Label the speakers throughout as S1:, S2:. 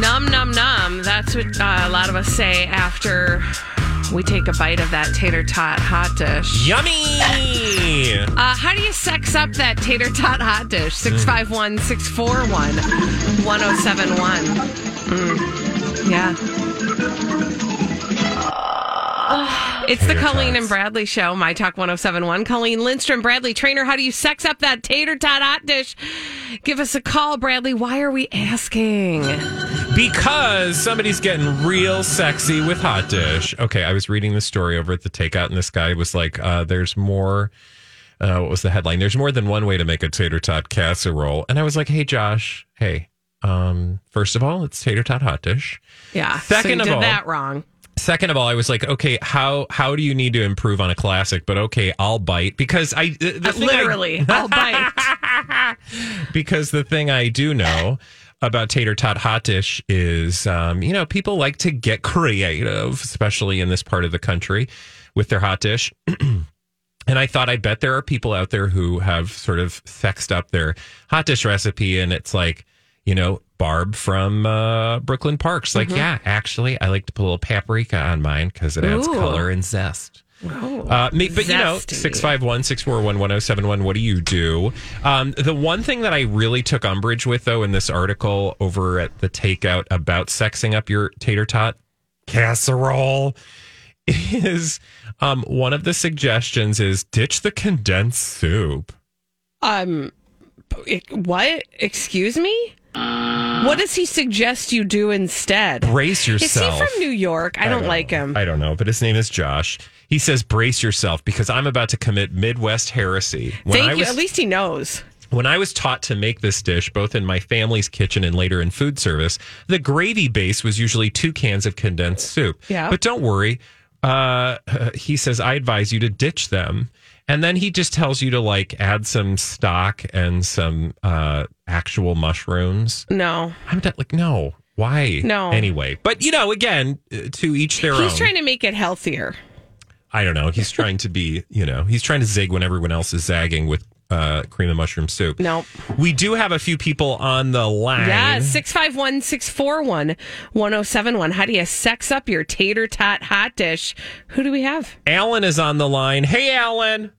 S1: Num, num, num. That's what uh, a lot of us say after we take a bite of that tater tot hot dish.
S2: Yummy!
S1: Uh, how do you sex up that tater tot hot dish?
S2: Hmm.
S1: 651 641 1071. Mm. Yeah. It's the
S2: Tater
S1: Colleen
S2: tots.
S1: and Bradley show, My Talk 1071. Colleen Lindstrom, Bradley Trainer. How do you sex up that tater tot hot dish? Give us a call, Bradley. Why are we asking?
S2: Because somebody's getting real sexy with hot dish. Okay, I was reading the story over at the takeout, and this guy was like, uh, "There's more." Uh, what was the headline? There's more than one way to make a tater tot casserole, and I was like, "Hey, Josh, hey." Um, first of all, it's tater tot hot dish.
S1: Yeah. so you
S2: Second of
S1: did
S2: all-
S1: that wrong.
S2: Second of all, I was like, okay, how how do you need to improve on a classic? But okay, I'll bite because I the
S1: Uh,
S2: thing I-
S1: literally. I'll bite.
S2: because the thing I do know about tater tot hot dish is, um, you know, people like to get creative, especially in this part of the country, with their hot dish. and I thought, I bet there are people out there who have sort of sexed up their hot dish recipe, and it's like, you know, Barb from uh, Brooklyn Parks, like, yeah, actually, I like to put a little paprika on mine because it adds
S1: Ooh.
S2: color and zest.
S1: Oh.
S2: Uh, me, but you know,
S1: Zesty.
S2: 651 641 1071, what do you do? Um, the one thing that I really took umbrage with, though, in this article over at the takeout about sexing up your tater tot casserole is um, one of the suggestions is ditch the condensed soup.
S1: Um, e- what? Excuse me? What does he suggest you do instead?
S2: Brace
S1: Is he
S2: yourself.
S1: from New York? I don't
S2: know.
S1: like him.
S2: I don't know, but his name is Josh. He says, brace yourself because I'm about to commit Midwest heresy. When
S1: Thank
S2: I
S1: you.
S2: was
S1: At least he knows.
S2: When I was taught to make this dish, both in my family's kitchen and later in food service, the gravy base was usually two cans of condensed soup.
S1: Yeah.
S2: But don't worry. Uh, he says, I advise you to ditch them. And then he just tells you to like add some stock and some uh, actual mushrooms.
S1: No.
S2: I'm not, like, no, why?
S1: No.
S2: Anyway, but you know, again, uh, to each their
S1: He's
S2: own.
S1: trying to make it healthier.
S2: I don't know. He's trying to be, you know, he's trying to zig when everyone else is zagging with uh, cream and mushroom soup.
S1: No.
S2: We do have a few people on the line.
S1: Yeah, 651 641 1071. How do you sex up your tater tot hot dish? Who do we have?
S2: Alan is on the line. Hey, Alan.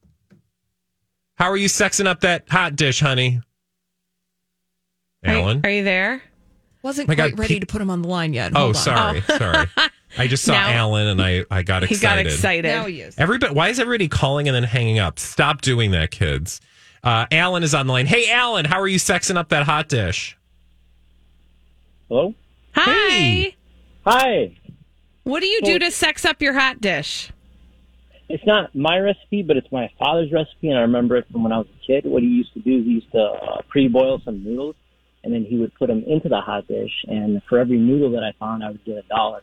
S2: How are you sexing up that hot dish, honey?
S1: Are-
S2: Alan?
S1: Are, you there?
S3: Wasn't
S2: My God,
S3: quite ready
S2: Pete-
S3: to put him on the line yet.
S2: oh,
S3: Hold on.
S2: sorry. Sorry. I just saw
S1: Now-
S2: Alan and I, I got
S1: He
S2: excited.
S1: got excited.
S3: Now he is.
S2: Everybody, why is everybody calling and then hanging up? Stop doing that, kids. Uh, Alan is on the line. Hey, Alan, how are you sexing up that hot dish?
S4: Hello?
S1: Hi.
S2: Hey.
S4: Hi.
S1: What do you do to sex up your hot dish?
S4: It's not my recipe, but it's my father's recipe, and I remember it from when I was a kid. What he used to do, he used to uh, pre-boil some noodles, and then he would put them into the hot dish, and for every noodle that I found, I would get a dollar.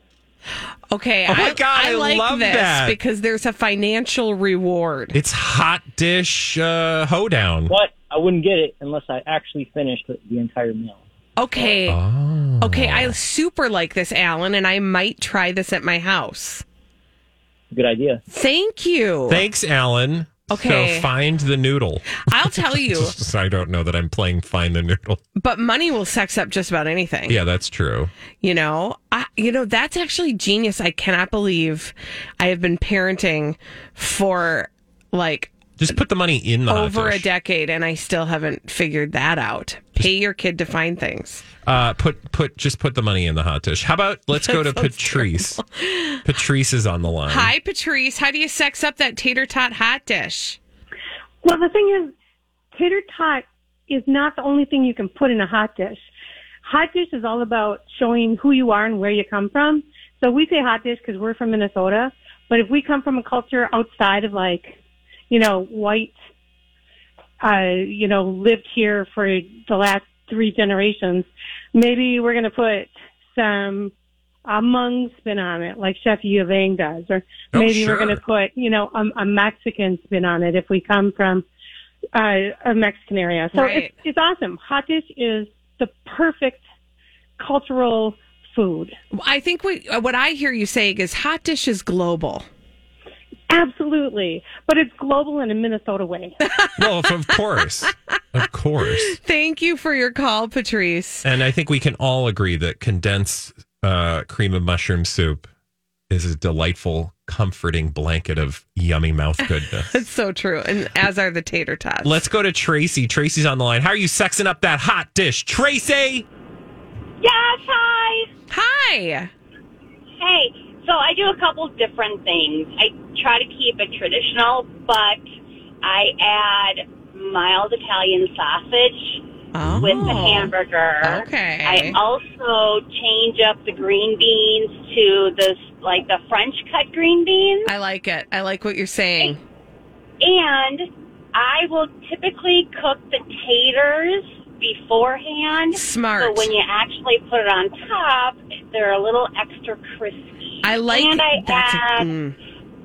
S1: Okay.
S2: Oh my
S1: I,
S2: God, I
S1: like
S2: love
S1: this
S2: that.
S1: because there's a financial reward.
S2: It's hot dish uh, hoedown.
S4: But I wouldn't get it unless I actually finished the entire meal.
S1: Okay.
S2: Oh.
S1: Okay, I super like this, Alan, and I might try this at my house.
S4: Good idea.
S1: Thank you.
S2: Thanks, Alan.
S1: Okay.
S2: So find the noodle.
S1: I'll tell you,
S2: Just- I don't know that I'm playing find the noodle.
S1: but money will sex up just about anything.
S2: Yeah, that's true.
S1: You know, I, you know that's actually genius. I cannot believe I have been parenting for like
S2: Just put the money in the hot
S1: over a
S2: dish.
S1: decade, and I still haven't figured that out. Pay your kid to find things.
S2: Uh, put put just put the money in the hot dish. How about let's go to Patrice. Patrice is on the line.
S1: Hi, Patrice. How do you sex up that tater tot hot dish?
S5: Well, the thing is, tater tot is not the only thing you can put in a hot dish. Hot dish is all about showing who you are and where you come from. So we say hot dish because we're from Minnesota, but if we come from a culture outside of like, you know, white, uh, you know, lived here for the last three generations, maybe we're going to put some a mung spin on it, like Chef Yuvang does, or
S2: Oh,
S5: maybe
S2: sure.
S5: we're going to put, you know, a, a Mexican spin on it if we come from uh, a Mexican area. So
S1: Right.
S5: it's, it's awesome. Hot dish is the perfect cultural food.
S1: I think we, what I hear you saying is hot dish is global.
S5: Absolutely. But it's global in a Minnesota way.
S2: Well, of- of course. Of course.
S1: Thank you for your call, Patrice.
S2: And I think we can all agree that condensed uh, cream of mushroom soup is a delightful, comforting blanket of yummy mouth goodness.
S1: It's so true. And as are the tater tots.
S2: Let's go to Tracy. Tracy's on the line. How are you sexing up that hot dish? Tracy!
S3: Yes, hi.
S1: Hi.
S3: Hey, so I do a couple different things. I try to keep it traditional, but I add mild Italian sausage
S1: Oh.
S3: with the hamburger.
S1: Okay.
S3: I also change up the green beans to this like the French cut green beans.
S1: I like it. I like what you're saying.
S3: And I will typically cook the taters beforehand. So
S1: Smart.
S3: when you actually put it on top, they're a little extra crispy.
S1: I like
S3: and I
S1: that's a-
S3: add
S1: mm.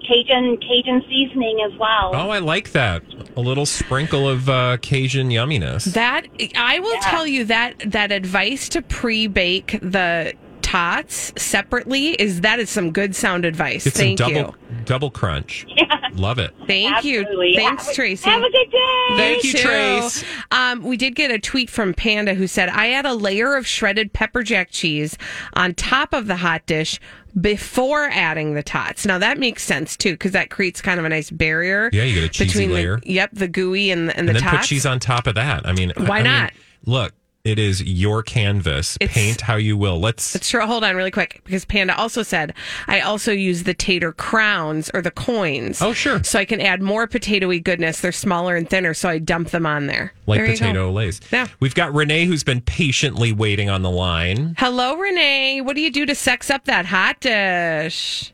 S3: Cajun Cajun seasoning as well.
S2: Oh, I like that. A little sprinkle of uh, Cajun yumminess.
S1: That I will tell you that that advice to pre-bake the tots separately is that is some good sound advice.
S2: Get
S1: Thank
S2: some
S1: you.
S2: double double crunch. Love it.
S1: Thank
S3: Absolutely.
S1: you. Thanks,
S3: Have a-
S1: Tracy.
S3: Have a good day.
S2: Thank
S1: Me
S2: you,
S1: too.
S2: Trace.
S1: Um, we did get a tweet from Panda who said, I add a layer of shredded pepper jack cheese on top of the hot dish before adding the tots. Now, that makes sense, too, because that creates kind of a nice barrier.
S2: Yeah, you get a cheesy
S1: between the-
S2: layer.
S1: yep, the gooey and, the- and
S2: and
S1: the
S2: then
S1: tots.
S2: put cheese on top of that. I mean, I-
S1: Why
S2: I mean,
S1: not?
S2: look, it is your canvas.
S1: It's-
S2: Paint how you will. Let's.
S1: Sure, hold on really quick because Panda also said I also use the tater crowns or the coins.
S2: Oh, sure.
S1: So I can add more potatoy goodness. They're smaller and thinner, so I dump them on there.
S2: Like
S1: There you go.
S2: potato lays.
S1: Yeah.
S2: We've got Renee who's been patiently waiting on the line.
S1: Hello, Renee. What do you do to sex up that hot dish?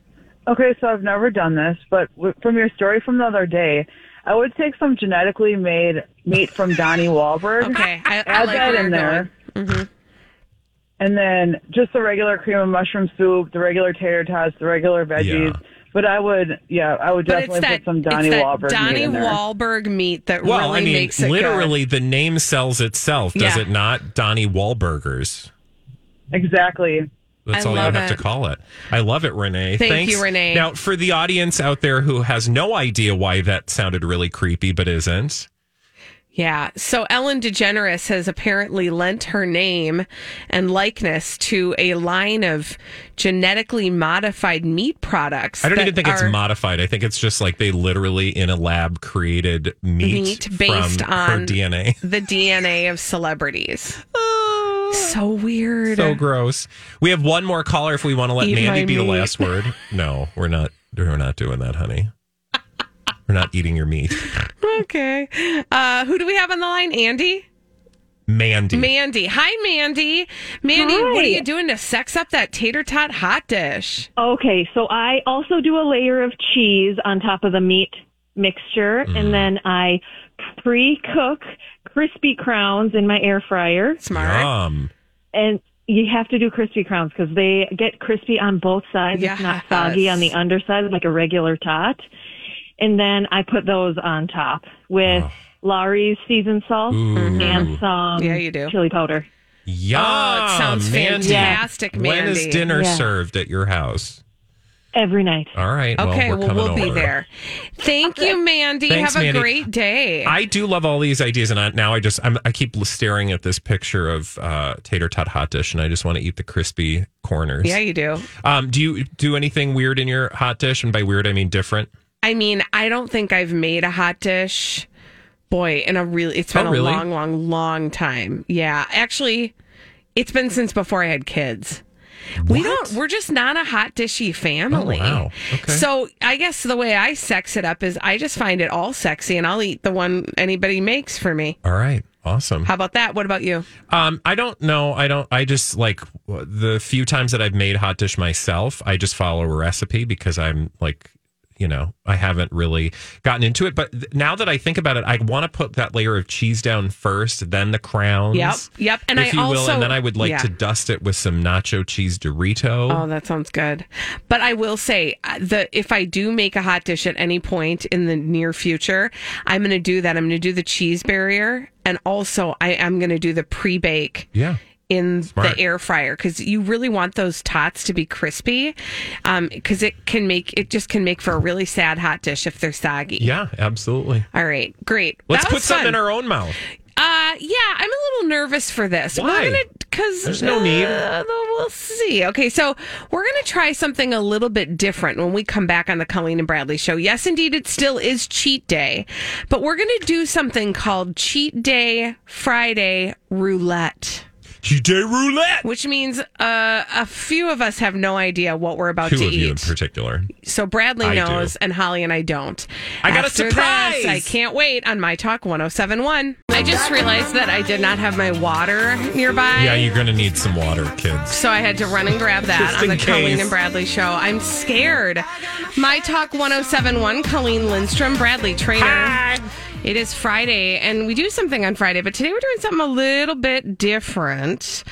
S6: Okay, so I've never done this, but w- from your story from the other day, I would take some genetically made meat from Donnie Wahlberg,
S1: Okay, I, I
S6: add
S1: like
S6: that
S1: where you're
S6: in there,
S1: going.
S6: and then just the regular cream of mushroom soup, the regular tater tots, the regular veggies.
S2: Yeah.
S6: But I would, yeah, I would
S1: But it's
S6: definitely
S1: that,
S6: put some Donnie
S1: it's that
S6: Wahlberg meat
S1: Donnie
S6: in there.
S1: Wahlberg meat that
S2: Well,
S1: really
S2: I mean,
S1: makes it
S2: literally, the name sells itself, does
S1: Yeah.
S2: it not? Donnie Wahlburgers.
S6: exactly.
S2: That's
S1: I
S2: all you
S1: love
S2: have to
S1: it.
S2: call it. I love it, Renee.
S1: Thank
S2: Thanks.
S1: you, Renee.
S2: Now, for the audience out there who has no idea why that sounded really creepy but isn't,
S1: Yeah. So Ellen DeGeneres has apparently lent her name and likeness to a line of genetically modified meat products.
S2: I don't
S1: that
S2: even think it's
S1: are
S2: modified. I think it's just like they literally in a lab created meat,
S1: Meat based
S2: from her
S1: on-
S2: DNA.
S1: the DNA of celebrities. so weird.
S2: Oh. So gross. We have one more caller if we want to let
S1: Eat
S2: Mandy
S1: my
S2: be the
S1: meat.
S2: last word. No, we're not. We're not doing that, honey. We're not eating your meat,
S1: okay. Uh, who do we have on the line? Andy?
S2: Mandy.
S1: Mandy. Hi, Mandy. Mandy, what are you doing to sex up that tater tot hot dish?
S7: Okay, so I also do a layer of cheese on top of the meat mixture, and then I pre-cook crispy crowns in my air fryer.
S1: Smart.
S2: Yum.
S7: And you have to do crispy crowns because they get crispy on both sides. It's not soggy
S1: Yes.
S7: on the underside like a regular tot. And then I put those on top with
S2: Oh.
S7: Laurie's seasoned salt
S2: Ooh. Mm-hmm.
S7: and some
S1: Yeah, you do.
S7: chili powder.
S2: Yum.
S1: Oh, it sounds
S2: Mandy.
S1: fantastic,
S2: When is
S1: Mandy.
S2: dinner
S7: Yeah.
S2: served at your house?
S7: Every night.
S2: All right.
S1: Okay,
S2: well, we're
S1: well,
S2: coming
S1: we'll be
S2: over.
S1: there. Thank you, Mandy.
S2: Thanks,
S1: Have a
S2: Mandy.
S1: great day.
S2: I do love all these ideas, and I, now I just I'm, I keep staring at this picture of uh, tater tot hot dish, and I just want to eat the crispy corners.
S1: yeah, you do.
S2: Um, do you do anything weird in your hot dish? And by weird, I mean different.
S1: I mean, I don't think I've made a hot dish. Boy, in a really, it's been
S2: Oh, really?
S1: a long, long, long time. Yeah. Actually, it's been since before I had kids. We don't, we're just not a hot dishy family.
S2: Oh, wow. Okay.
S1: So I guess the way I sex it up is I just find it all sexy and I'll eat the one anybody makes for me.
S2: All right, awesome.
S1: How about that? What about you?
S2: Um, I don't know. I don't. I just like the few times that I've made hot dish myself. I just follow a recipe because I'm like, you know, I haven't really gotten into it. But th- now that I think about it, I want to put that layer of cheese down first, then the crowns.
S1: Yep. Yep. And
S2: if
S1: I
S2: you
S1: also,
S2: will, and then I would like
S1: Yeah.
S2: to dust it with some nacho cheese Dorito.
S1: Oh, that sounds good. But I will say uh, the if I do make a hot dish at any point in the near future, I'm going to do that. I'm going to do the cheese barrier, and also I am going to do the pre bake
S2: yeah.
S1: in
S2: Smart.
S1: the air fryer because you really want those tots to be crispy because it can make it just can make for a really sad hot dish if they're soggy.
S2: Yeah, absolutely.
S1: All right, great.
S2: Let's
S1: That
S2: put
S1: was
S2: some
S1: fun.
S2: in our own mouth.
S1: Uh, yeah, I'm a little nervous for this.
S2: Why?
S1: We're gonna because
S2: There's no need.
S1: We'll see. Okay, so we're gonna try something a little bit different when we come back on the Colleen and Bradley show. Yes, indeed, it still is Cheat Day, but we're gonna do something called Cheat Day Friday Roulette,
S2: You did roulette.
S1: which means uh, a few of us have no idea what we're about
S2: Two
S1: to
S2: of you in
S1: eat.
S2: particular.
S1: So Bradley
S2: I do.
S1: knows, and Holly and I don't.
S2: I got a
S1: After
S2: surprise!
S1: This, I can't wait on My Talk 1071. I just realized that I did not have my water nearby.
S2: Yeah, you're gonna need some water, kids.
S1: so I had to run and grab that
S2: Just
S1: on the
S2: in
S1: Colleen
S2: case.
S1: and Bradley show. I'm scared. My Talk 1071, Colleen Lindstrom, Bradley Trainer. It is Friday, and we do something on Friday, but today we're doing something a little bit different.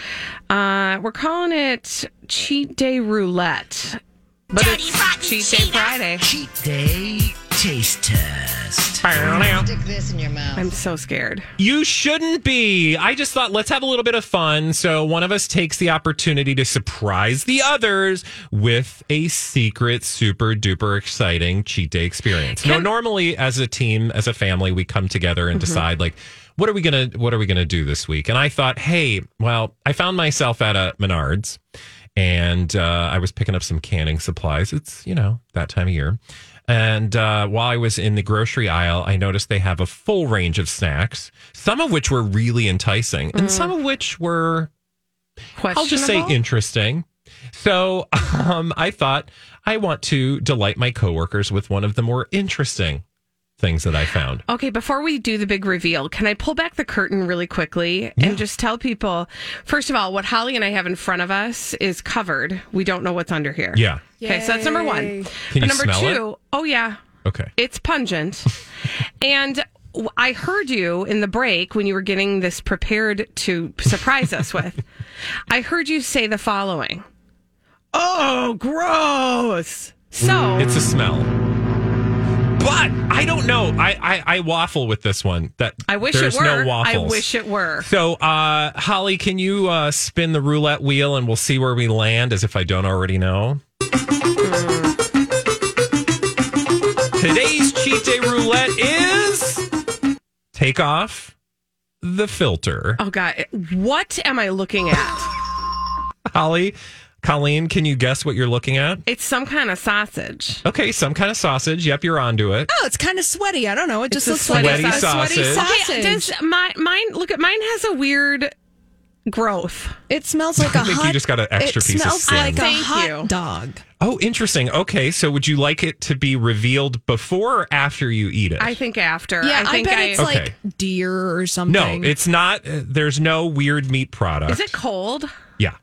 S1: Uh, we're calling it Cheat Day Roulette. But it's Cheat Day Friday.
S8: Cheat day taste test. Stick this in your mouth.
S1: I'm so scared.
S2: You shouldn't be. I just thought let's have a little bit of fun. So one of us takes the opportunity to surprise the others with a secret, super duper exciting cheat day experience. No, normally as a team, as a family, we come together and decide like what are we gonna what are we gonna do this week? And I thought, hey, well, I found myself at a Menards. and uh, I was picking up some canning supplies. It's you know that time of year, and uh, while I was in the grocery aisle, I noticed they have a full range of snacks, some of which were really enticing, and some of which were
S1: Questionable.
S2: I'll just say interesting. So um, I thought I want to delight my coworkers with one of the more interesting things that I found.
S1: Okay, before we do the big reveal, can I pull back the curtain really quickly
S2: Yeah.
S1: and just tell people, first of all, what Holly and I have in front of us is covered. We don't know what's under here.
S2: Yeah.
S1: Okay, so that's number one.
S2: Can you
S1: number
S2: smell it?
S1: two, oh yeah,
S2: Okay.
S1: it's pungent. and w- I heard you in the break when you were getting this prepared to surprise us with. I heard you say the following. Oh, gross. So
S2: It's a smell. But I don't know. I, I, I waffle with this one. That
S1: I wish
S2: there's
S1: it were.
S2: no waffles.
S1: I wish it were.
S2: So, uh, Holly, can you uh, spin the roulette wheel and we'll see where we land? As if I don't already know.
S1: Hmm.
S2: Today's cheat day roulette is take off the filter.
S1: Oh God, what am I looking at?
S2: Holly, Colleen, can you guess what you're looking at?
S1: It's some kind of sausage.
S2: Okay, some kind of sausage. Yep, you're onto it.
S9: Oh, it's kind of sweaty. I don't know. It just
S1: a
S9: looks like
S2: sweaty
S9: a
S2: sausage.
S9: sweaty
S2: Okay,
S9: sausage.
S1: Okay, does my mine look at mine has a weird growth.
S9: it smells like a
S2: I think you
S9: hot.
S2: just got an extra
S9: it
S2: piece of
S9: smells
S2: skin.
S9: like a
S1: Thank
S9: hot
S1: you.
S9: dog.
S1: Ah.
S2: Oh, interesting. Okay, so would you like it to be revealed before or after you eat it?
S1: I think after.
S9: Yeah, I,
S1: think
S9: bet it's
S2: Okay.
S9: like deer or
S2: no,
S9: something.
S2: it's not. uh, There's no weird meat product.
S1: Is it cold?
S2: Yeah,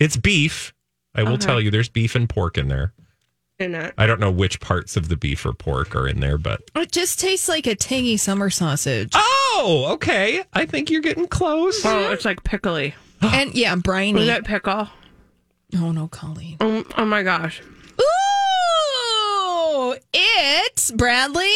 S2: it's beef. I will tell you, there's beef and pork in there.
S1: In it.
S2: I don't know which parts of the beef or pork are in there, but
S9: It just tastes like a tangy summer sausage.
S2: oh, okay. I think you're getting close.
S1: Oh, it's like pickly.
S9: and yeah, briny.
S1: Is that pickle?
S9: oh no, Colleen.
S1: Oh, oh my gosh.
S9: Ooh, it's Bradley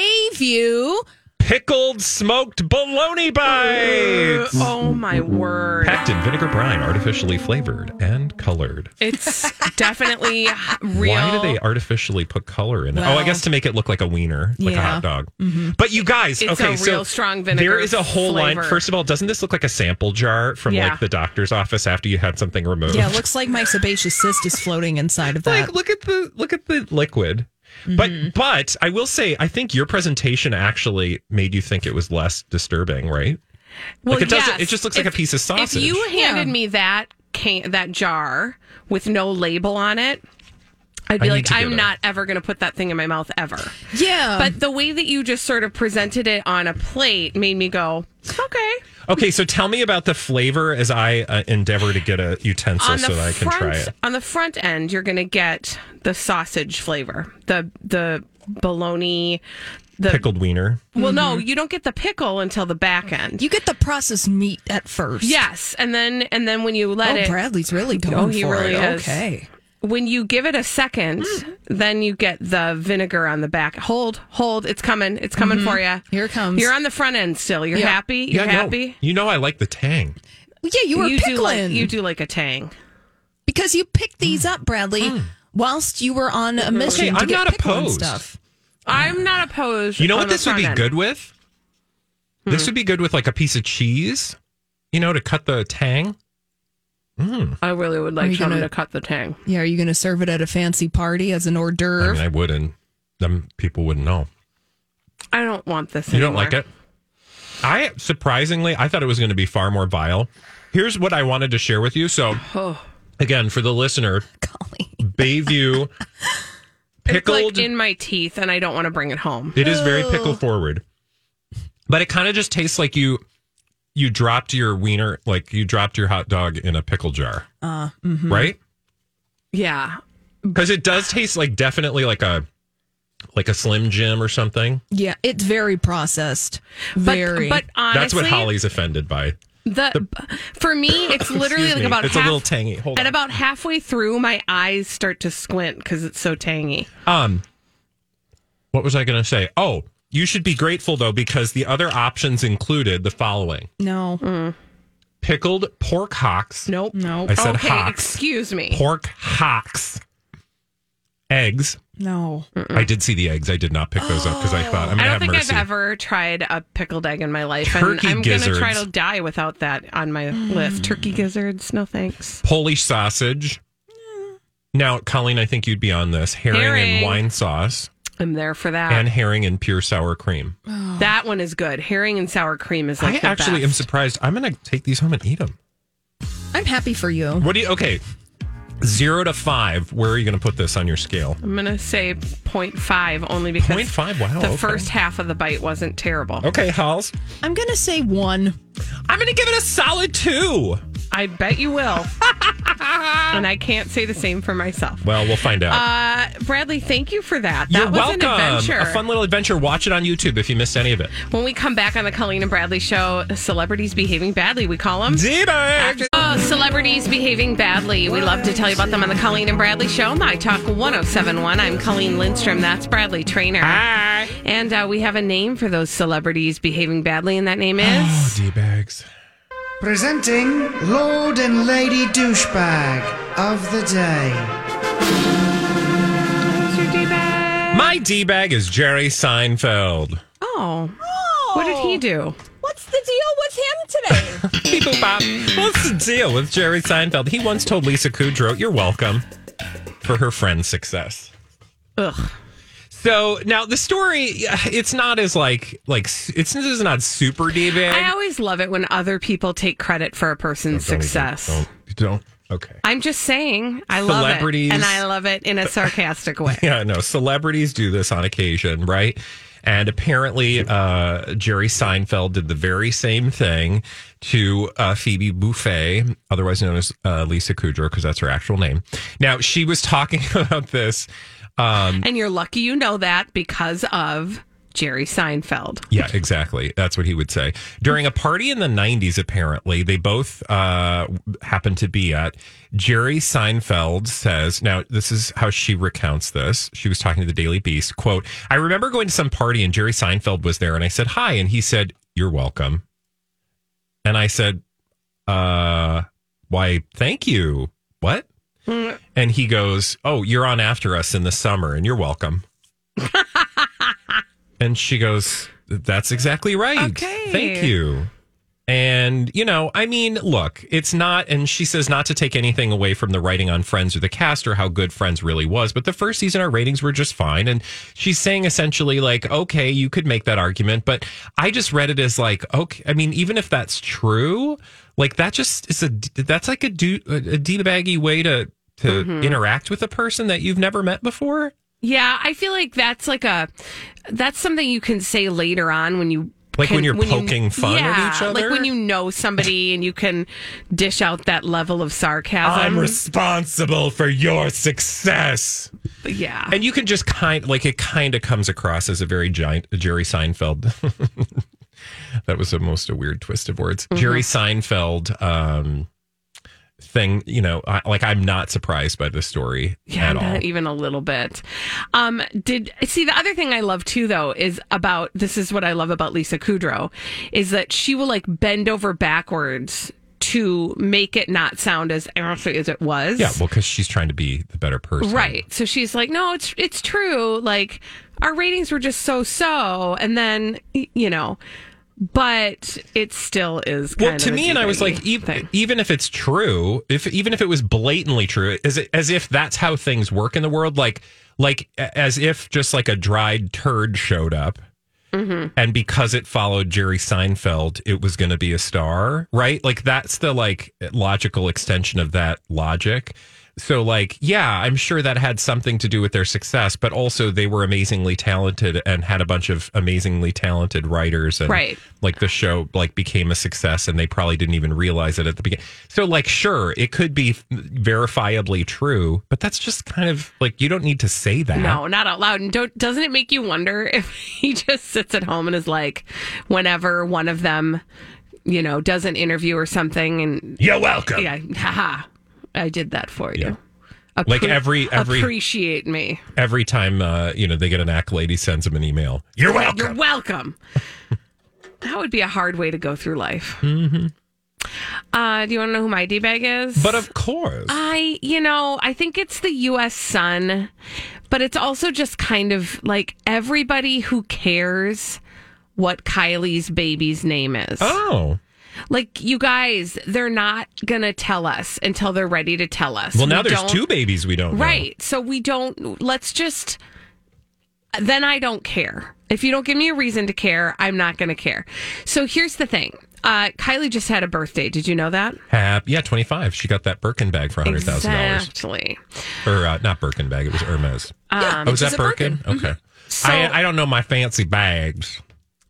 S9: Bayview.
S2: Pickled smoked bologna bites.
S1: Oh my word.
S2: Packed in vinegar brine, artificially flavored and colored.
S1: It's definitely real.
S2: Why do they artificially put color in it? oh, I
S9: Well-
S2: guess to make it look like a wiener, like a
S9: Yeah.
S2: hot dog. But you guys,
S1: Mm-hmm. It's
S2: okay,
S1: a
S2: so
S1: real strong vinegar
S2: There is a whole line.
S1: flavor.
S2: First of all, doesn't this look like a sample jar from
S1: Yeah.
S2: like the doctor's office after you had something removed?
S9: Yeah, it looks like my sebaceous cyst is floating inside of that.
S2: like look at the look at the liquid.
S1: Mm-hmm.
S2: But but I will say I think your presentation actually made you think it was less disturbing, right?
S1: Well,
S2: Like, it doesn't-
S1: yes.
S2: it just looks like a piece of
S1: If
S2: sausage.
S1: you handed me that can, that jar with no label on it, I'd be
S2: I need
S1: like,
S2: to get
S1: I'm
S2: it."
S1: not ever going to put that thing in my mouth ever.
S9: yeah,
S1: But the way that you just sort of presented it on a plate made me go, okay.
S2: Okay, so tell me about the flavor as I uh, endeavor to get a utensil
S1: on
S2: so
S1: the
S2: that I can
S1: front,
S2: try it.
S1: on the front end, you're going to get the sausage flavor, the the bologna. The
S2: Pickled wiener.
S1: well, no, you don't get the pickle until the back end.
S9: Mm-hmm. you get the processed meat at first.
S1: yes, and then and then when you let
S9: Oh,
S1: it,
S9: Bradley's really going
S1: Oh, he
S9: for
S1: really
S9: it.
S1: is.
S9: Okay.
S1: when you give it a second,
S9: Mm-hmm.
S1: then you get the vinegar on the back. Hold, hold, it's coming, it's coming for you.
S9: Mm-hmm. Here it comes.
S1: You're on the front end still. You're
S9: Yeah.
S1: happy. You're
S2: no.
S1: happy.
S2: you know I like the tang.
S9: yeah, you were pickling
S1: do like you do like a tang.
S9: because you picked these up, Bradley, whilst you were on a mission
S2: Okay,
S9: to
S2: I'm
S9: get
S2: not
S9: pickling
S2: opposed.
S9: stuff.
S1: I'm not opposed.
S2: You know
S1: on
S2: what
S1: the
S2: this would be
S1: front end. Hmm.
S2: good with? This would be good with like a piece of cheese, you know, to cut the tang.
S1: I really would
S9: Are
S1: like
S9: you
S1: someone
S9: gonna-
S1: to cut the tang.
S9: Yeah, are you going to serve it at a fancy party as an hors d'oeuvre?
S2: I mean, I wouldn't. Them people wouldn't know.
S1: I don't want this.
S2: You don't
S1: anymore.
S2: like it? I surprisingly, I thought it was going to be far more vile. Here's what I wanted to share with you. So, again, for the listener,
S9: Golly.
S2: Bayview
S1: It's
S2: pickled.
S1: like in my teeth, and I don't want to bring it home.
S2: it is very pickle forward, but it kind of just tastes like you you dropped your wiener, like you dropped your hot dog in a pickle jar,
S9: Uh, mhm.
S1: mm-hmm.
S2: right?
S1: Yeah,
S2: Because it does taste like definitely like a like a Slim Jim or something.
S9: Yeah, it's very processed.
S1: but
S9: Very.
S1: but honestly,
S2: That's what Holly's offended by.
S1: The, for me, it's literally
S2: Excuse
S1: like
S2: me.
S1: about
S2: it's
S1: half,
S2: a little tangy. Hold
S1: At
S2: on.
S1: about halfway through, my eyes start to squint because it's so tangy.
S2: Um, what was I going to say? Oh, you should be grateful though because the other options included the following:
S9: no,
S2: pickled pork hocks.
S1: Nope.
S9: no,
S2: I said
S1: okay,
S2: hocks.
S1: excuse me.
S2: Pork hocks. Eggs.
S9: no.
S2: I did see the eggs. I did not pick those up because I thought
S1: I
S2: I'm going to
S1: don't
S2: have
S1: think
S2: mercy.
S1: I've ever tried a pickled egg in my life,
S2: Turkey
S1: and I'm going to try
S2: gizzards.
S1: to die without that on my list. Turkey gizzards, no thanks.
S2: Polish sausage. Now, Colleen, I think you'd be on this herring,
S1: Herring. Ah.
S2: and wine sauce,
S1: I'm there for that.
S2: and herring and pure sour cream.
S1: that one is good. Herring and sour cream is
S2: I
S1: like the
S2: actually am
S1: best.
S2: surprised. I'm going to take these home and eat them.
S9: I'm happy for you.
S2: What do you? Okay, zero to five. Where are you going to put this on your scale?
S1: I'm going to say 0.5 only because
S2: 0.5? Wow,
S1: the
S2: Oh, okay. Oh.
S1: first half of the bite wasn't terrible.
S2: Okay, Halls.
S9: I'm going to say one.
S2: I'm going to give it a solid two.
S1: I bet you will. and I can't say the same for myself.
S2: Well, we'll find out.
S1: Uh, Bradley, thank you for that.
S2: You're
S1: that was
S2: welcome.
S1: an adventure.
S2: A fun little adventure. Watch it on YouTube if you missed any of it.
S1: when we come back on the Colleen and Bradley show, celebrities behaving badly, we call them.
S2: D-bag.
S1: Oh, celebrities behaving badly. We love to tell you about them on the Colleen and Bradley show. My Talk 1071. I'm Colleen Lindstrom. That's Bradley Trainer. Hi. And uh, we have a name for those celebrities behaving badly, and that name is.
S2: D-bags.
S8: Presenting Lord and Lady Douchebag of the Day.
S1: Who's your D-bag?
S2: My D-bag is Jerry Seinfeld.
S1: Oh. What did he do?
S9: What's the deal with him today?
S2: Beep, boop, bop. What's the deal with Jerry Seinfeld? He once told Lisa Kudrow, "You're welcome for her friend's success."
S1: Ugh.
S2: So now the story—it's not as like like it's, it's not super D-bag.
S1: I always love it when other people take credit for a person's
S2: Don't even-
S1: success.
S2: don't, don't. Okay.
S1: I'm just saying, I love
S2: Celebrities.
S1: it, and I love it in a sarcastic way.
S2: Yeah, no, celebrities do this on occasion, right? And apparently, uh, Jerry Seinfeld did the very same thing to uh, Phoebe Buffet, otherwise known as uh, Lisa Kudrow, because that's her actual name. Now, she was talking about this. Um,
S1: And you're lucky you know that because of Jerry Seinfeld.
S2: yeah, exactly. That's what he would say. During a party in the 90s, apparently, they both uh, happened to be at. Jerry Seinfeld says, now this is how she recounts this. She was talking to the Daily Beast. Quote, I remember going to some party and Jerry Seinfeld was there and I said, hi. And he said, you're welcome. And I said, uh, why, thank you. What? And he goes, oh, you're on after us in the summer and you're welcome. and she goes, that's exactly right.
S1: Okay.
S2: Thank you. And, you know, I mean, look, it's not, and she says not to take anything away from the writing on Friends or the cast or how good Friends really was, but the first season, our ratings were just fine. And she's saying essentially, like, okay, you could make that argument, but I just read it as like, okay, I mean, even if that's true, like that just is a, that's like a, do, a debaggy way to, to interact with a person that you've never met before.
S1: Yeah, I feel like that's like a that's something you can say later on when you
S2: Like
S1: can-
S2: when you're poking fun at
S1: yeah,
S2: each
S1: like
S2: other?
S1: when you know somebody and you can dish out that level of sarcasm.
S2: responsible for your success.
S1: yeah,
S2: and you can just kind like it kind of comes across as a very giant Jerry Seinfeld. that was almost a weird twist of words.
S1: Mm-hmm.
S2: Jerry Seinfeld um, thing. You know, I, like I'm not surprised by the story
S1: Yeah,
S2: at
S1: not
S2: all.
S1: even a little bit. Um, did see the other thing I love too though is about this is what I love about Lisa Kudrow is that she will like bend over backwards to make it not sound as earthy as it was.
S2: Yeah, well, because she's trying to be the better person.
S1: Right. So she's like, no, it's it's true. Like our ratings were just so so, and then y- you know, but it still is. Kind
S2: Well,
S1: of
S2: to
S1: a
S2: me, and I was like,
S1: zingary
S2: even,
S1: thing.
S2: even if it's true, if even if it was blatantly true, as as if that's how things work in the world, like like a- as if just like a dried turd showed up,
S1: Mm-hmm.
S2: and because it followed Jerry Seinfeld, it was going to be a star, right? Like that's the like logical extension of that logic. So like, yeah, I'm sure that had something to do with their success, but also they were amazingly talented and had a bunch of amazingly talented writers and
S1: Right.
S2: like the show like became a success and they probably didn't even realize it at the beginning. So like sure, it could be verifiably true, but that's just kind of like you don't need to say that.
S1: No, not out loud. And don't doesn't it make you wonder if he just sits at home and is like, whenever one of them, you know, does an interview or something, and
S2: You're welcome.
S1: yeah, haha, I did that for you.
S2: Like
S1: Appre-
S2: every- every-
S1: appreciate me.
S2: Every time uh, you know they get an accolade, he sends him an email. You're welcome.
S1: You're welcome. that would be a hard way to go through life. Mm-hmm. Uh, do you want to know who my d bag is?
S2: But of course.
S1: I, you know, I think it's the U.S. Sun, but it's also just kind of like everybody who cares what Kylie's baby's name is.
S2: oh.
S1: Like, you guys, they're not going to tell us until they're ready to tell us.
S2: Well, now
S1: We
S2: there's
S1: don't-
S2: two babies we don't know.
S1: Right. So we don't, let's just, then I don't care. If you don't give me a reason to care, I'm not going to care. So here's the thing uh, Kylie just had a birthday. Did you know that?
S2: Hap- yeah, 25. She got that Birkin bag for $100,000.
S1: Exactly.
S2: Or uh, not Birkin bag, it was Hermes. oh, is
S9: which is
S2: that
S9: a
S2: Birkin?
S9: Birkin.
S1: Mm-hmm.
S2: Okay. I, I don't know my fancy bags.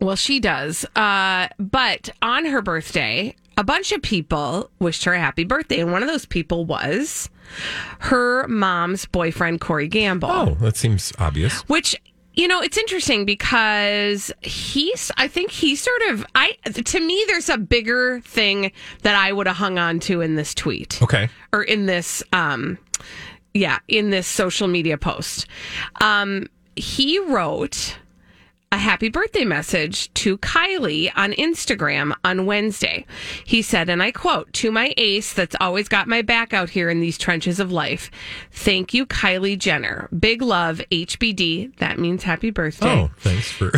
S1: Well, she does. Uh, but on her birthday, a bunch of people wished her a happy birthday. And one of those people was her mom's boyfriend, Corey Gamble.
S2: Oh, that seems obvious.
S1: Which, you know, it's interesting because he's, I think he sort of, I, to me, there's a bigger thing that I would have hung on to in this tweet
S2: Okay.
S1: or in this um yeah in this social media post um he wrote a happy birthday message to Kylie on Instagram on Wednesday. He said, and I quote, to my ace that's always got my back out here in these trenches of life. Thank you, Kylie Jenner. Big love, HBD. That means happy birthday.
S2: Oh, thanks for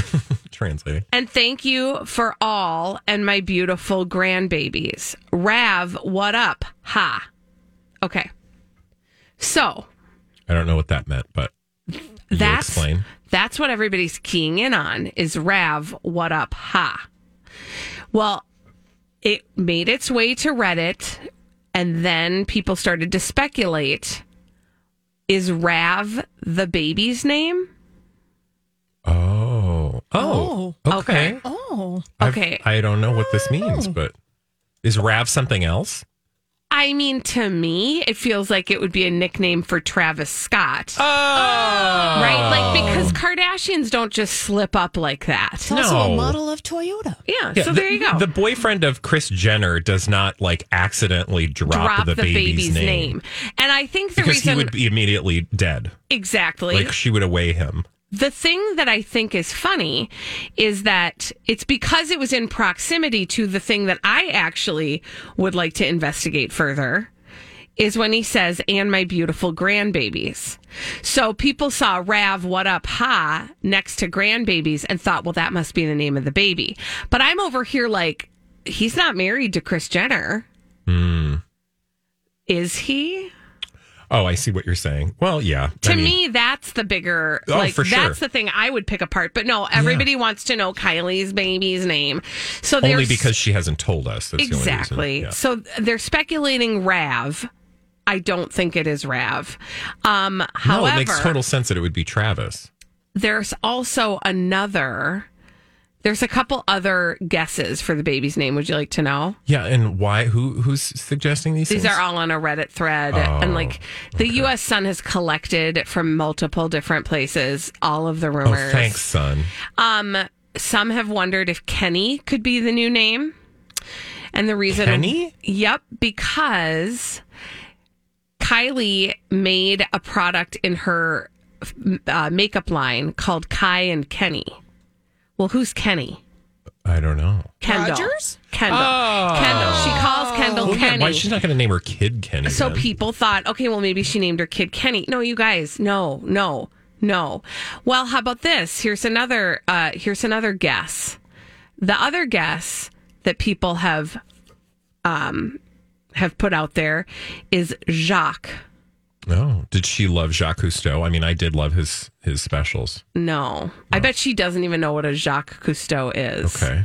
S2: translating.
S1: And thank you for all and my beautiful grandbabies. Rav, what up? Ha. Okay. So
S2: I don't know what that meant, but you
S1: that's
S2: explain.
S1: that's what everybody's keying in on is Rav, what up? Ha. Well, it made its way to Reddit, and then people started to speculate: Is Rav the baby's name?
S2: Oh.
S1: Oh,
S2: Oh. okay.
S1: okay.
S9: Oh,
S2: I've-
S1: okay. Oh.
S2: I don't know what this means, but is Rav something else?
S1: I mean, to me, it feels like it would be a nickname for Travis Scott.
S2: Oh.
S1: right?
S2: Right?
S1: Like because Kardashians don't just slip up like that.
S9: it's also
S2: Oh. No.
S9: a model of Toyota.
S1: Yeah.
S2: Yeah,
S1: so
S2: the-
S1: there you go.
S2: The boyfriend of Chris Jenner does not like accidentally drop,
S1: Drop
S2: the, baby's, name,
S1: And I think the
S2: because
S1: reason
S2: he would be immediately dead.
S1: exactly
S2: Like she would away him.
S1: the thing that I think is funny is that it's because it was in proximity to the thing that I actually would like to investigate further is when he says, and my beautiful grandbabies. So people saw Rav, what up, ha, next to grandbabies and thought, well, that must be the name of the baby. But I'm over here like, he's not married to Chris Jenner. Is he?
S2: Oh, I see what you're saying. Well, yeah.
S1: to
S2: I mean,
S1: me that's the bigger
S2: Oh,
S1: like
S2: for sure.
S1: that's the thing i would pick apart but no everybody wants to know kylie's baby's name so they're
S2: only because she hasn't told us. That's The only
S1: exactly
S2: reason. Yeah.
S1: so they're speculating rav i don't think it is rav um
S2: no,
S1: however
S2: it makes total sense that it would be Travis.
S1: there's also another there's a couple other guesses for the baby's name would you like to know
S2: Yeah, and why? Who who's suggesting these?
S1: These
S2: things?
S1: are all on a Reddit thread.
S2: Oh,
S1: and like the US Sun has collected from multiple different places all of the
S2: Oh,
S1: rumors.
S2: thanks, son.
S1: Um, some have wondered if Kenny could be the new name. And the reason
S2: Kenny?
S1: Yep, because Kylie made a product in her uh, makeup line called Kai and Kenny. Well, who's Kenny?
S2: I don't know.
S1: Kendall.
S9: Rogers?
S1: Kendall.
S2: Oh.
S1: Kendall. She calls Kendall
S2: Well, yeah,
S1: Oh, Kenny.
S2: why she's not going to name her kid Kenny?
S1: So
S2: then.
S1: people thought, okay, well, maybe she named her kid Kenny. No, you guys, no, no, no. Well, how about this? Here's another. Uh, here's another guess. The other guess that people have, um, have put out there is Jacques.
S2: No. Did she love Jacques Cousteau? I mean, I did love his his specials.
S1: No, I bet she doesn't even know what a Jacques Cousteau is.
S2: Okay.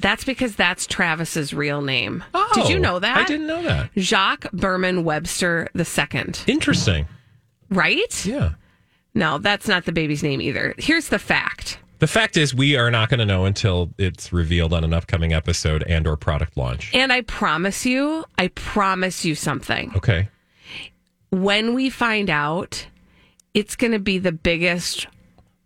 S1: That's because that's Travis's real name. Did you know that?
S2: Oh, I didn't know that.
S1: Jacques Berman Webster II,
S2: Interesting.
S1: right?
S2: Yeah.
S1: No, that's not the baby's name either. Here's the fact.
S2: The fact is, we are not going to know until it's revealed on an upcoming episode and or product launch.
S1: And I promise you, I promise you something.
S2: Okay.
S1: When we find out, it's going to be the biggest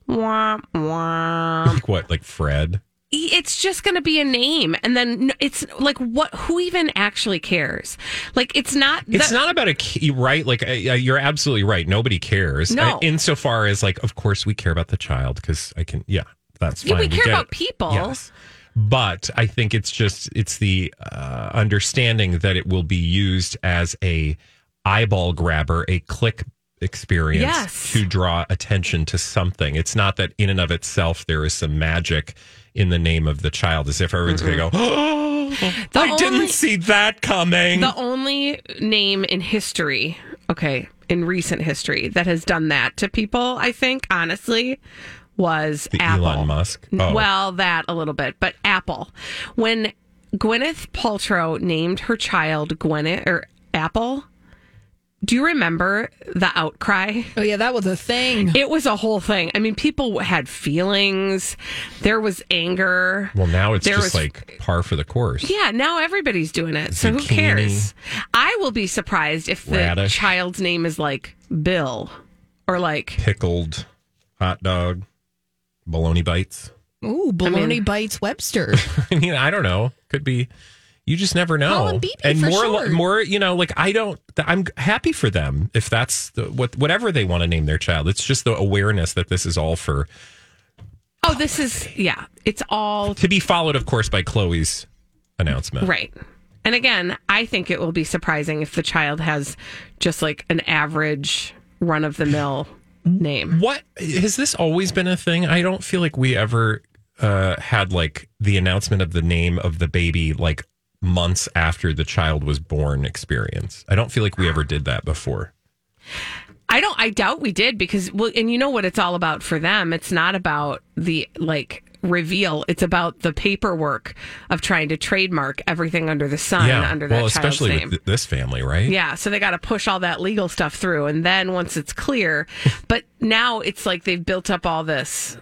S1: womp womp. E,
S2: Like what? Like Fred?
S1: It's just going to be a name. And then n- it's like, what, who even actually cares? Like, it's not, the,
S2: It's not about a key, right? Like I, I- you're absolutely right. Nobody cares.
S1: No.
S2: I- insofar as like, of course we care about the child because I can. Yeah, that's
S1: Yeah,
S2: fine.
S1: we care
S2: get
S1: about
S2: it.
S1: people.
S2: Yes. But I think it's just it's the uh, understanding that it will be used as a eyeball grabber, a click experience
S1: Yes.
S2: to draw attention to something. It's not that in and of itself there is some magic in the name of the child, as if everyone's going to go, "Oh, I
S1: Mm-hmm. only-
S2: didn't see that coming."
S1: the only name in history, okay, in recent history that has done that to people, I think, honestly, was
S2: The
S1: Apple.
S2: Elon Musk. Oh.
S1: Well, that a little bit, but Apple. When Gwyneth Paltrow named her child Gwyneth or Apple, do you remember the outcry?
S9: Oh yeah, that was a thing.
S1: It was a whole thing. I mean, people had feelings. There was anger.
S2: Well, now it's
S1: There
S2: just
S1: was-
S2: like par for the course.
S1: Yeah, now everybody's doing it. So who
S2: Zucchini.
S1: cares? I will be surprised if the
S2: Radish.
S1: child's name is like Bill or like
S2: Pickled hot dog, bologna bites.
S9: Ooh, baloney bites Webster.
S2: I mean, I don't know. Could be. You just never know.
S9: Call him BB for
S2: more,
S9: short.
S2: more, you know, like I don't. th- I'm happy for them if that's the, what whatever they want to name their child. It's just the awareness that this is all for
S1: Oh, this is yeah, it's all
S2: to be followed, of course, by Chloe's announcement.
S1: right. And again, I think it will be surprising if the child has just like an average run of the mill name.
S2: What has this always been a thing? I don't feel like we ever uh, had like the announcement of the name of the baby like months after the child was born experience. I don't feel like we ever did that before.
S1: I don't I doubt we did because well and you know what it's all about for them. It's not about the like reveal. It's about the paperwork of trying to trademark everything under the sun under that
S2: well,
S1: child's
S2: especially
S1: name.
S2: with th- this family, right?
S1: Yeah, so they got to push all that legal stuff through, and then once it's clear, but now it's like they've built up all this.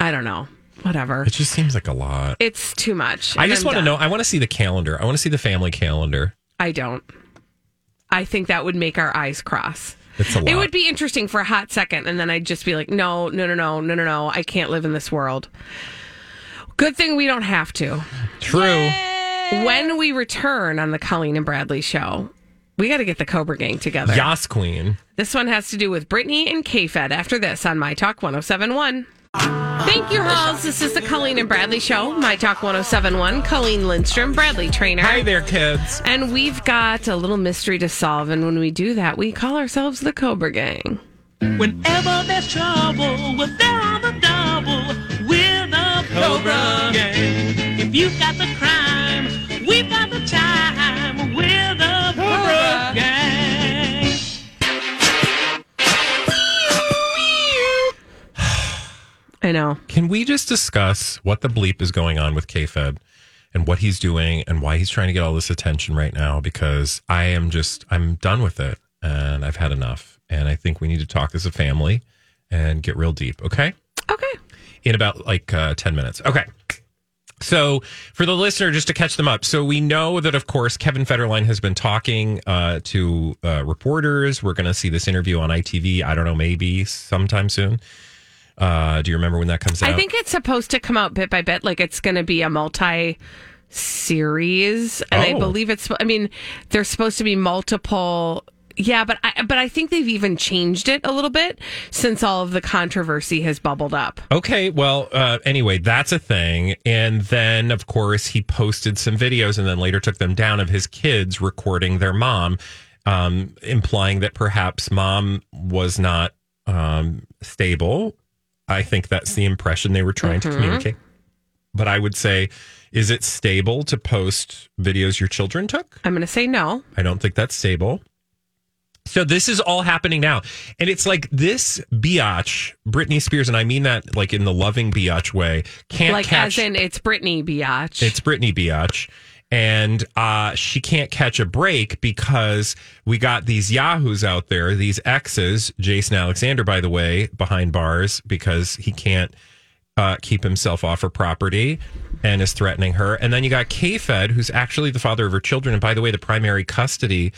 S1: I don't know, whatever.
S2: It just seems like a lot.
S1: It's too much.
S2: I
S1: and
S2: just
S1: I'm
S2: want
S1: done.
S2: to know. I want to see the calendar. I want to see the family calendar.
S1: I don't. I think that would make our eyes cross.
S2: It's a lot.
S1: It would be interesting for a hot second, and then I'd just be like, no, no, no, no, no, no, no. I can't live in this world. Good thing we don't have to.
S2: true.
S1: When we return on the Colleen and Bradley show, we got to get the Cobra Gang together.
S2: Yas Queen.
S1: This one has to do with Brittany and KFED after this on My Talk 1071. Thank you, Halls. This is the Colleen and Bradley Show, My Talk 1071. Colleen Lindstrom, Bradley Trainer.
S2: Hi there, kids.
S1: And we've got a little mystery to solve. And when we do that, we call ourselves the Cobra Gang.
S10: Whenever there's trouble, we're there on the double. We're the Cobra Gang. If you've got the crime, we've got the time. We're the Cobra Gang.
S1: I know.
S2: Can we just discuss what the bleep is going on with KFED and what he's doing and why he's trying to get all this attention right now? Because I am just, I'm done with it and I've had enough. And I think we need to talk as a family and get real deep. Okay.
S1: Okay.
S2: In about like uh, 10 minutes. Okay. So, for the listener, just to catch them up, so we know that, of course, Kevin Federline has been talking uh, to uh, reporters. We're going to see this interview on ITV. I don't know, maybe sometime soon. Uh, do you remember when that comes out?
S1: I think it's supposed to come out bit by bit. Like it's going to be a multi series. And I
S2: Oh.
S1: believe it's, I mean, there's supposed to be multiple Yeah, but I, but I think they've even changed it a little bit since all of the controversy has bubbled up.
S2: Okay, well, uh, anyway, that's a thing. And then, of course, he posted some videos and then later took them down of his kids recording their mom, um, implying that perhaps mom was not um, stable. I think that's the impression they were trying
S1: Mhm.
S2: to communicate. But I would say, is it stable to post videos your children took?
S1: I'm going to say no.
S2: I don't think that's stable. So this is all happening now. And it's like this biatch, Britney Spears, and I mean that like in the loving biatch way, can't
S1: like
S2: catch
S1: as in it's Britney biatch.
S2: it's Britney biatch. And uh, she can't catch a break because we got these yahoos out there, these exes, Jason Alexander, by the way, behind bars because he can't uh, keep himself off her property and is threatening her. And then you got K Fed, who's actually the father of her children. And by the way, the primary custody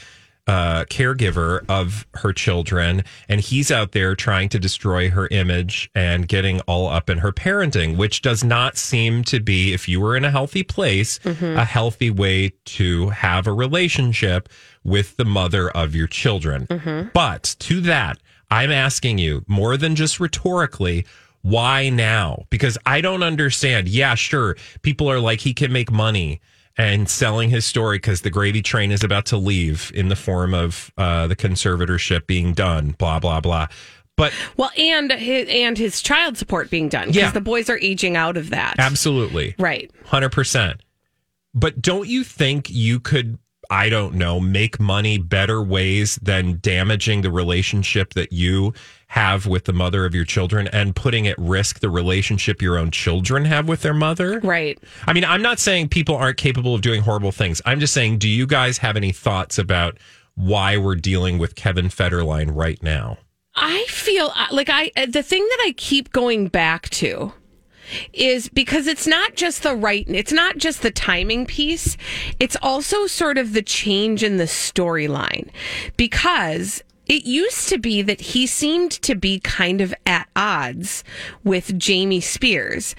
S2: uh, caregiver of her children. And he's out there trying to destroy her image and getting all up in her parenting, which does not seem to be, if you were in a healthy place, a healthy way to have a relationship with the mother of your children. But to that, I'm asking you more than just rhetorically, why now? Because I don't understand. Yeah, sure. People are like, he can make money and selling his story because the gravy train is about to leave in the form of uh, the conservatorship being done, blah, blah, blah. But
S1: well, and his, and his child support being done because
S2: Yeah.
S1: the boys are aging out of that.
S2: absolutely.
S1: Right.
S2: 100%. But don't you think you could, I don't know, make money better ways than damaging the relationship that you have with the mother of your children and putting at risk the relationship your own children have with their mother?
S1: Right.
S2: I mean, I'm not saying people aren't capable of doing horrible things. I'm just saying, do you guys have any thoughts about why we're dealing with Kevin Federline right now?
S1: I feel uh, like I uh, the thing that I keep going back to is because it's not just the right it's not just the timing piece it's also sort of the change in the storyline because it used to be that he seemed to be kind of at odds with Jamie Spears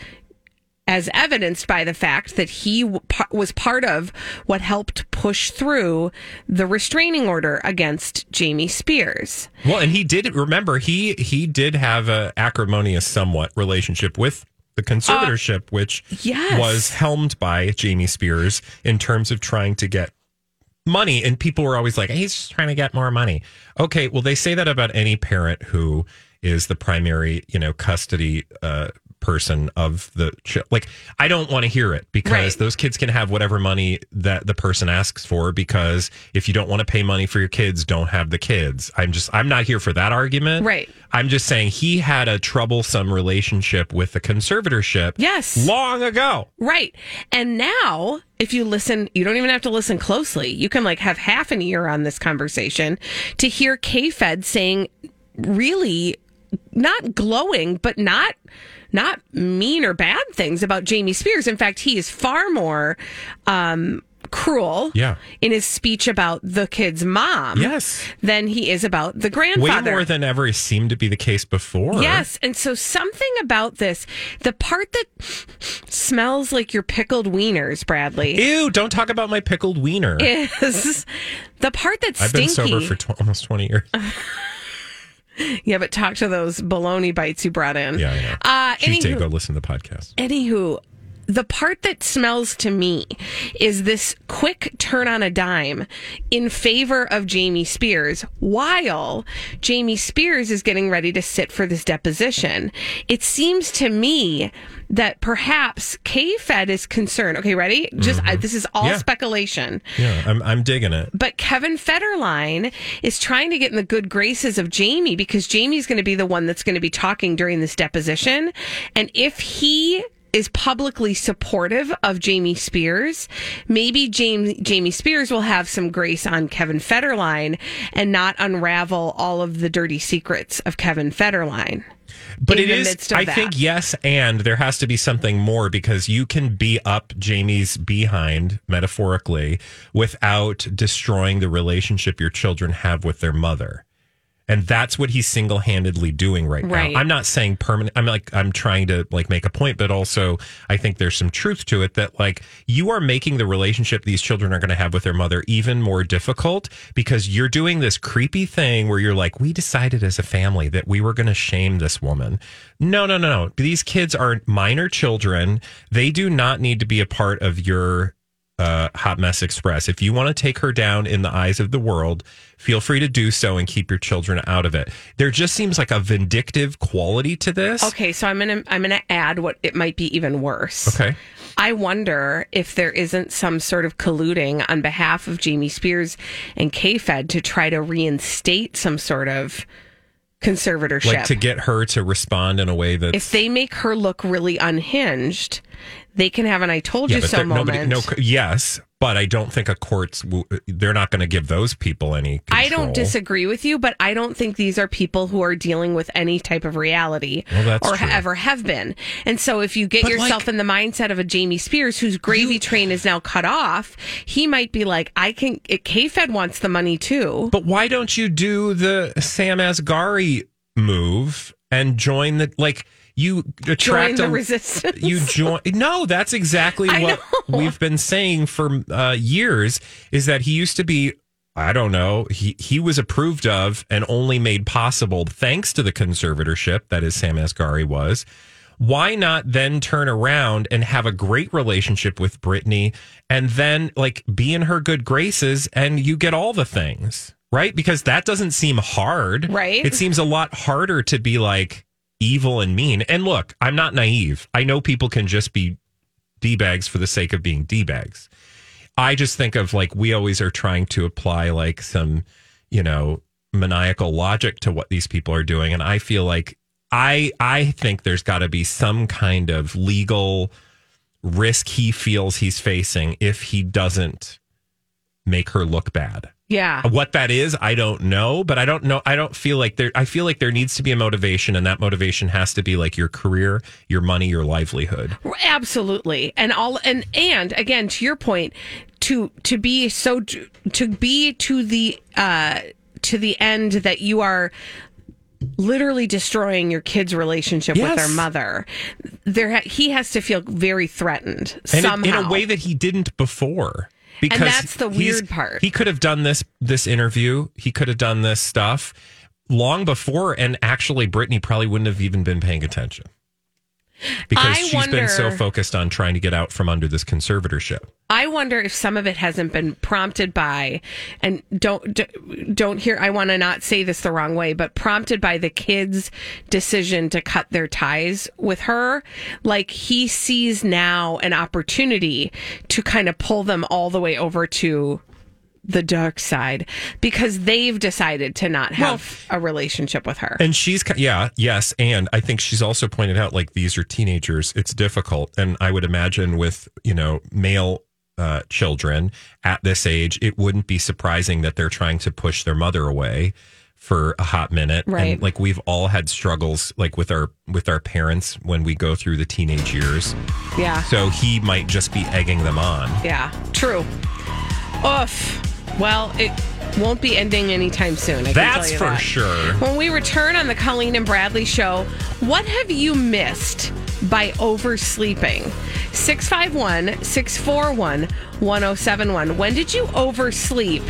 S1: as evidenced by the fact that he w- pa- was part of what helped push through the restraining order against Jamie Spears
S2: Well, and he did remember he he did have a acrimonious somewhat relationship with the conservatorship, which
S1: yes.
S2: was helmed by Jamie Spears in terms of trying to get money. And people were always like, he's just trying to get more money. Okay, well, they say that about any parent who is the primary, you know, custody uh, person of the ch- like. I don't want to hear it because
S1: Right.
S2: those kids can have whatever money that the person asks for. Because if you don't want to pay money for your kids, don't have the kids. I'm just, I'm not here for that argument.
S1: Right.
S2: I'm just saying he had a troublesome relationship with the conservatorship.
S1: Yes.
S2: Long ago.
S1: Right. And now, if you listen, you don't even have to listen closely. You can like have half an ear on this conversation to hear K Fed saying really not glowing, but not not mean or bad things about Jamie Spears. In fact, he is far more um cruel
S2: Yeah.
S1: in his speech about the kid's mom
S2: Yes.
S1: than he is about the
S2: Way
S1: grandfather.
S2: more than ever seemed to be the case before.
S1: Yes. And so something about this, the part that smells like your pickled wieners, Bradley,
S2: Ew, don't talk about my pickled wiener.
S1: is the part that's
S2: I've been
S1: stinky.
S2: sober for tw- almost 20 years.
S1: yeah, but talk to those bologna bites you brought in.
S2: Yeah, I know.
S1: Uh,
S2: She's
S1: anywho,
S2: go listen to the podcast.
S1: Anywho, the part that smells to me is this quick turn on a dime in favor of Jamie Spears while Jamie Spears is getting ready to sit for this deposition. It seems to me that perhaps K Fed is concerned. Okay, ready? Just I, this is all
S2: Yeah.
S1: speculation.
S2: Yeah, I'm, I'm digging it.
S1: But Kevin Federline is trying to get in the good graces of Jamie because Jamie's going to be the one that's going to be talking during this deposition. And if he is publicly supportive of Jamie Spears, maybe Jamie, Jamie Spears will have some grace on Kevin Federline and not unravel all of the dirty secrets of Kevin Federline.
S2: But
S1: in
S2: it
S1: the
S2: is,
S1: midst of
S2: I
S1: that.
S2: think, yes, and there has to be something more because you can be up Jamie's behind, metaphorically, without destroying the relationship your children have with their mother. And that's what he's single handedly doing right,
S1: Right.
S2: now. I'm not saying permanent. I'm like, I'm trying to like make a point, but also I think there's some truth to it that like you are making the relationship these children are going to have with their mother even more difficult because you're doing this creepy thing where you're like, we decided as a family that we were going to shame this woman. No, no, no, no. These kids are minor children. They do not need to be a part of your uh, Hot Mess Express. If you want to take her down in the eyes of the world, feel free to do so and keep your children out of it. There just seems like a vindictive quality to this.
S1: Okay, so I'm gonna I'm gonna add what it might be even worse.
S2: Okay.
S1: I wonder if there isn't some sort of colluding on behalf of Jamie Spears and K-Fed to try to reinstate some sort of conservatorship.
S2: Like to get her to respond in a way that.
S1: if they make her look really unhinged, they can have an "I told you so"
S2: there-
S1: moment.
S2: no, yes, but I don't think a court's, w- they're not going to give those people any.
S1: I don't
S2: control.
S1: disagree with you, but I don't think these are people who are dealing with any type of reality
S2: Well, that's
S1: or
S2: true.
S1: ever have been. And so if you get
S2: But,
S1: yourself
S2: like-
S1: in the mindset of a Jamie Spears whose gravy train is now cut off, he might be like, I can, K Fed wants the money too.
S2: But why don't you do the Sam Asghari move and join the like you attract
S1: the
S2: a-
S1: resistance.
S2: You join. No, that's exactly
S1: I
S2: what we've been saying for uh, years. Is that he used to be. I don't know. He he was approved of and only made possible thanks to the conservatorship that is Sam Asghari was. Why not then turn around and have a great relationship with Brittany and then like be in her good graces and you get all the things, right? Because that doesn't seem hard.
S1: Right.
S2: It seems a lot harder to be like evil and mean. And look, I'm not naive. I know people can just be D bags for the sake of being D bags. I just think of like we always are trying to apply like some, you know, maniacal logic to what these people are doing and I feel like I I think there's got to be some kind of legal risk he feels he's facing if he doesn't make her look bad.
S1: Yeah.
S2: What that is, I don't know, but I don't know. I don't feel like there. I feel like there needs to be a motivation, and that motivation has to be like your career, your money, your livelihood.
S1: Absolutely. And all and and again to your point to to be so to be to the uh to the end that you are literally destroying your kid's relationship with
S2: Yes.
S1: their mother. There ha- he has to feel very threatened
S2: And in-
S1: somehow.
S2: in a way that he didn't before.
S1: And
S2: Because
S1: that's the
S2: he's-
S1: weird part.
S2: He could have done this this interview. He could have done this stuff long before, and actually, Brittany probably wouldn't have even been paying attention because
S1: I
S2: she's been so
S1: wonder-
S2: focused on trying to get out from under this conservatorship.
S1: I wonder if some of it hasn't been prompted by, and don't d- don't hear. I want to not say this the wrong way, but prompted by the kid's decision to cut their ties with her. Like he sees now an opportunity to kind of pull them all the way over to the dark side because they've decided to not have a relationship with her.
S2: And she's, ki- yeah, yes. And I think she's also pointed out like these are teenagers. It's difficult. And I would imagine with, you know, male uh, children at this age, it wouldn't be surprising that they're trying to push their mother away for a hot minute.
S1: Right.
S2: And like we've all had struggles like with our, with our parents when we go through the teenage years.
S1: Yeah.
S2: So he might just be egging them on.
S1: Yeah, true. Oof. Well, it won't be ending anytime soon. I can tell
S2: That's
S1: you
S2: for
S1: that.
S2: sure.
S1: When we return on the Colleen and Bradley show, what have you missed by oversleeping? 651 641 1071. When did you oversleep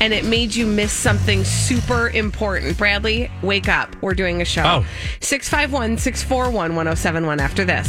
S1: and it made you miss something super important? Bradley, wake up. We're doing a show.
S2: Oh.
S1: 651 641 1071 after this.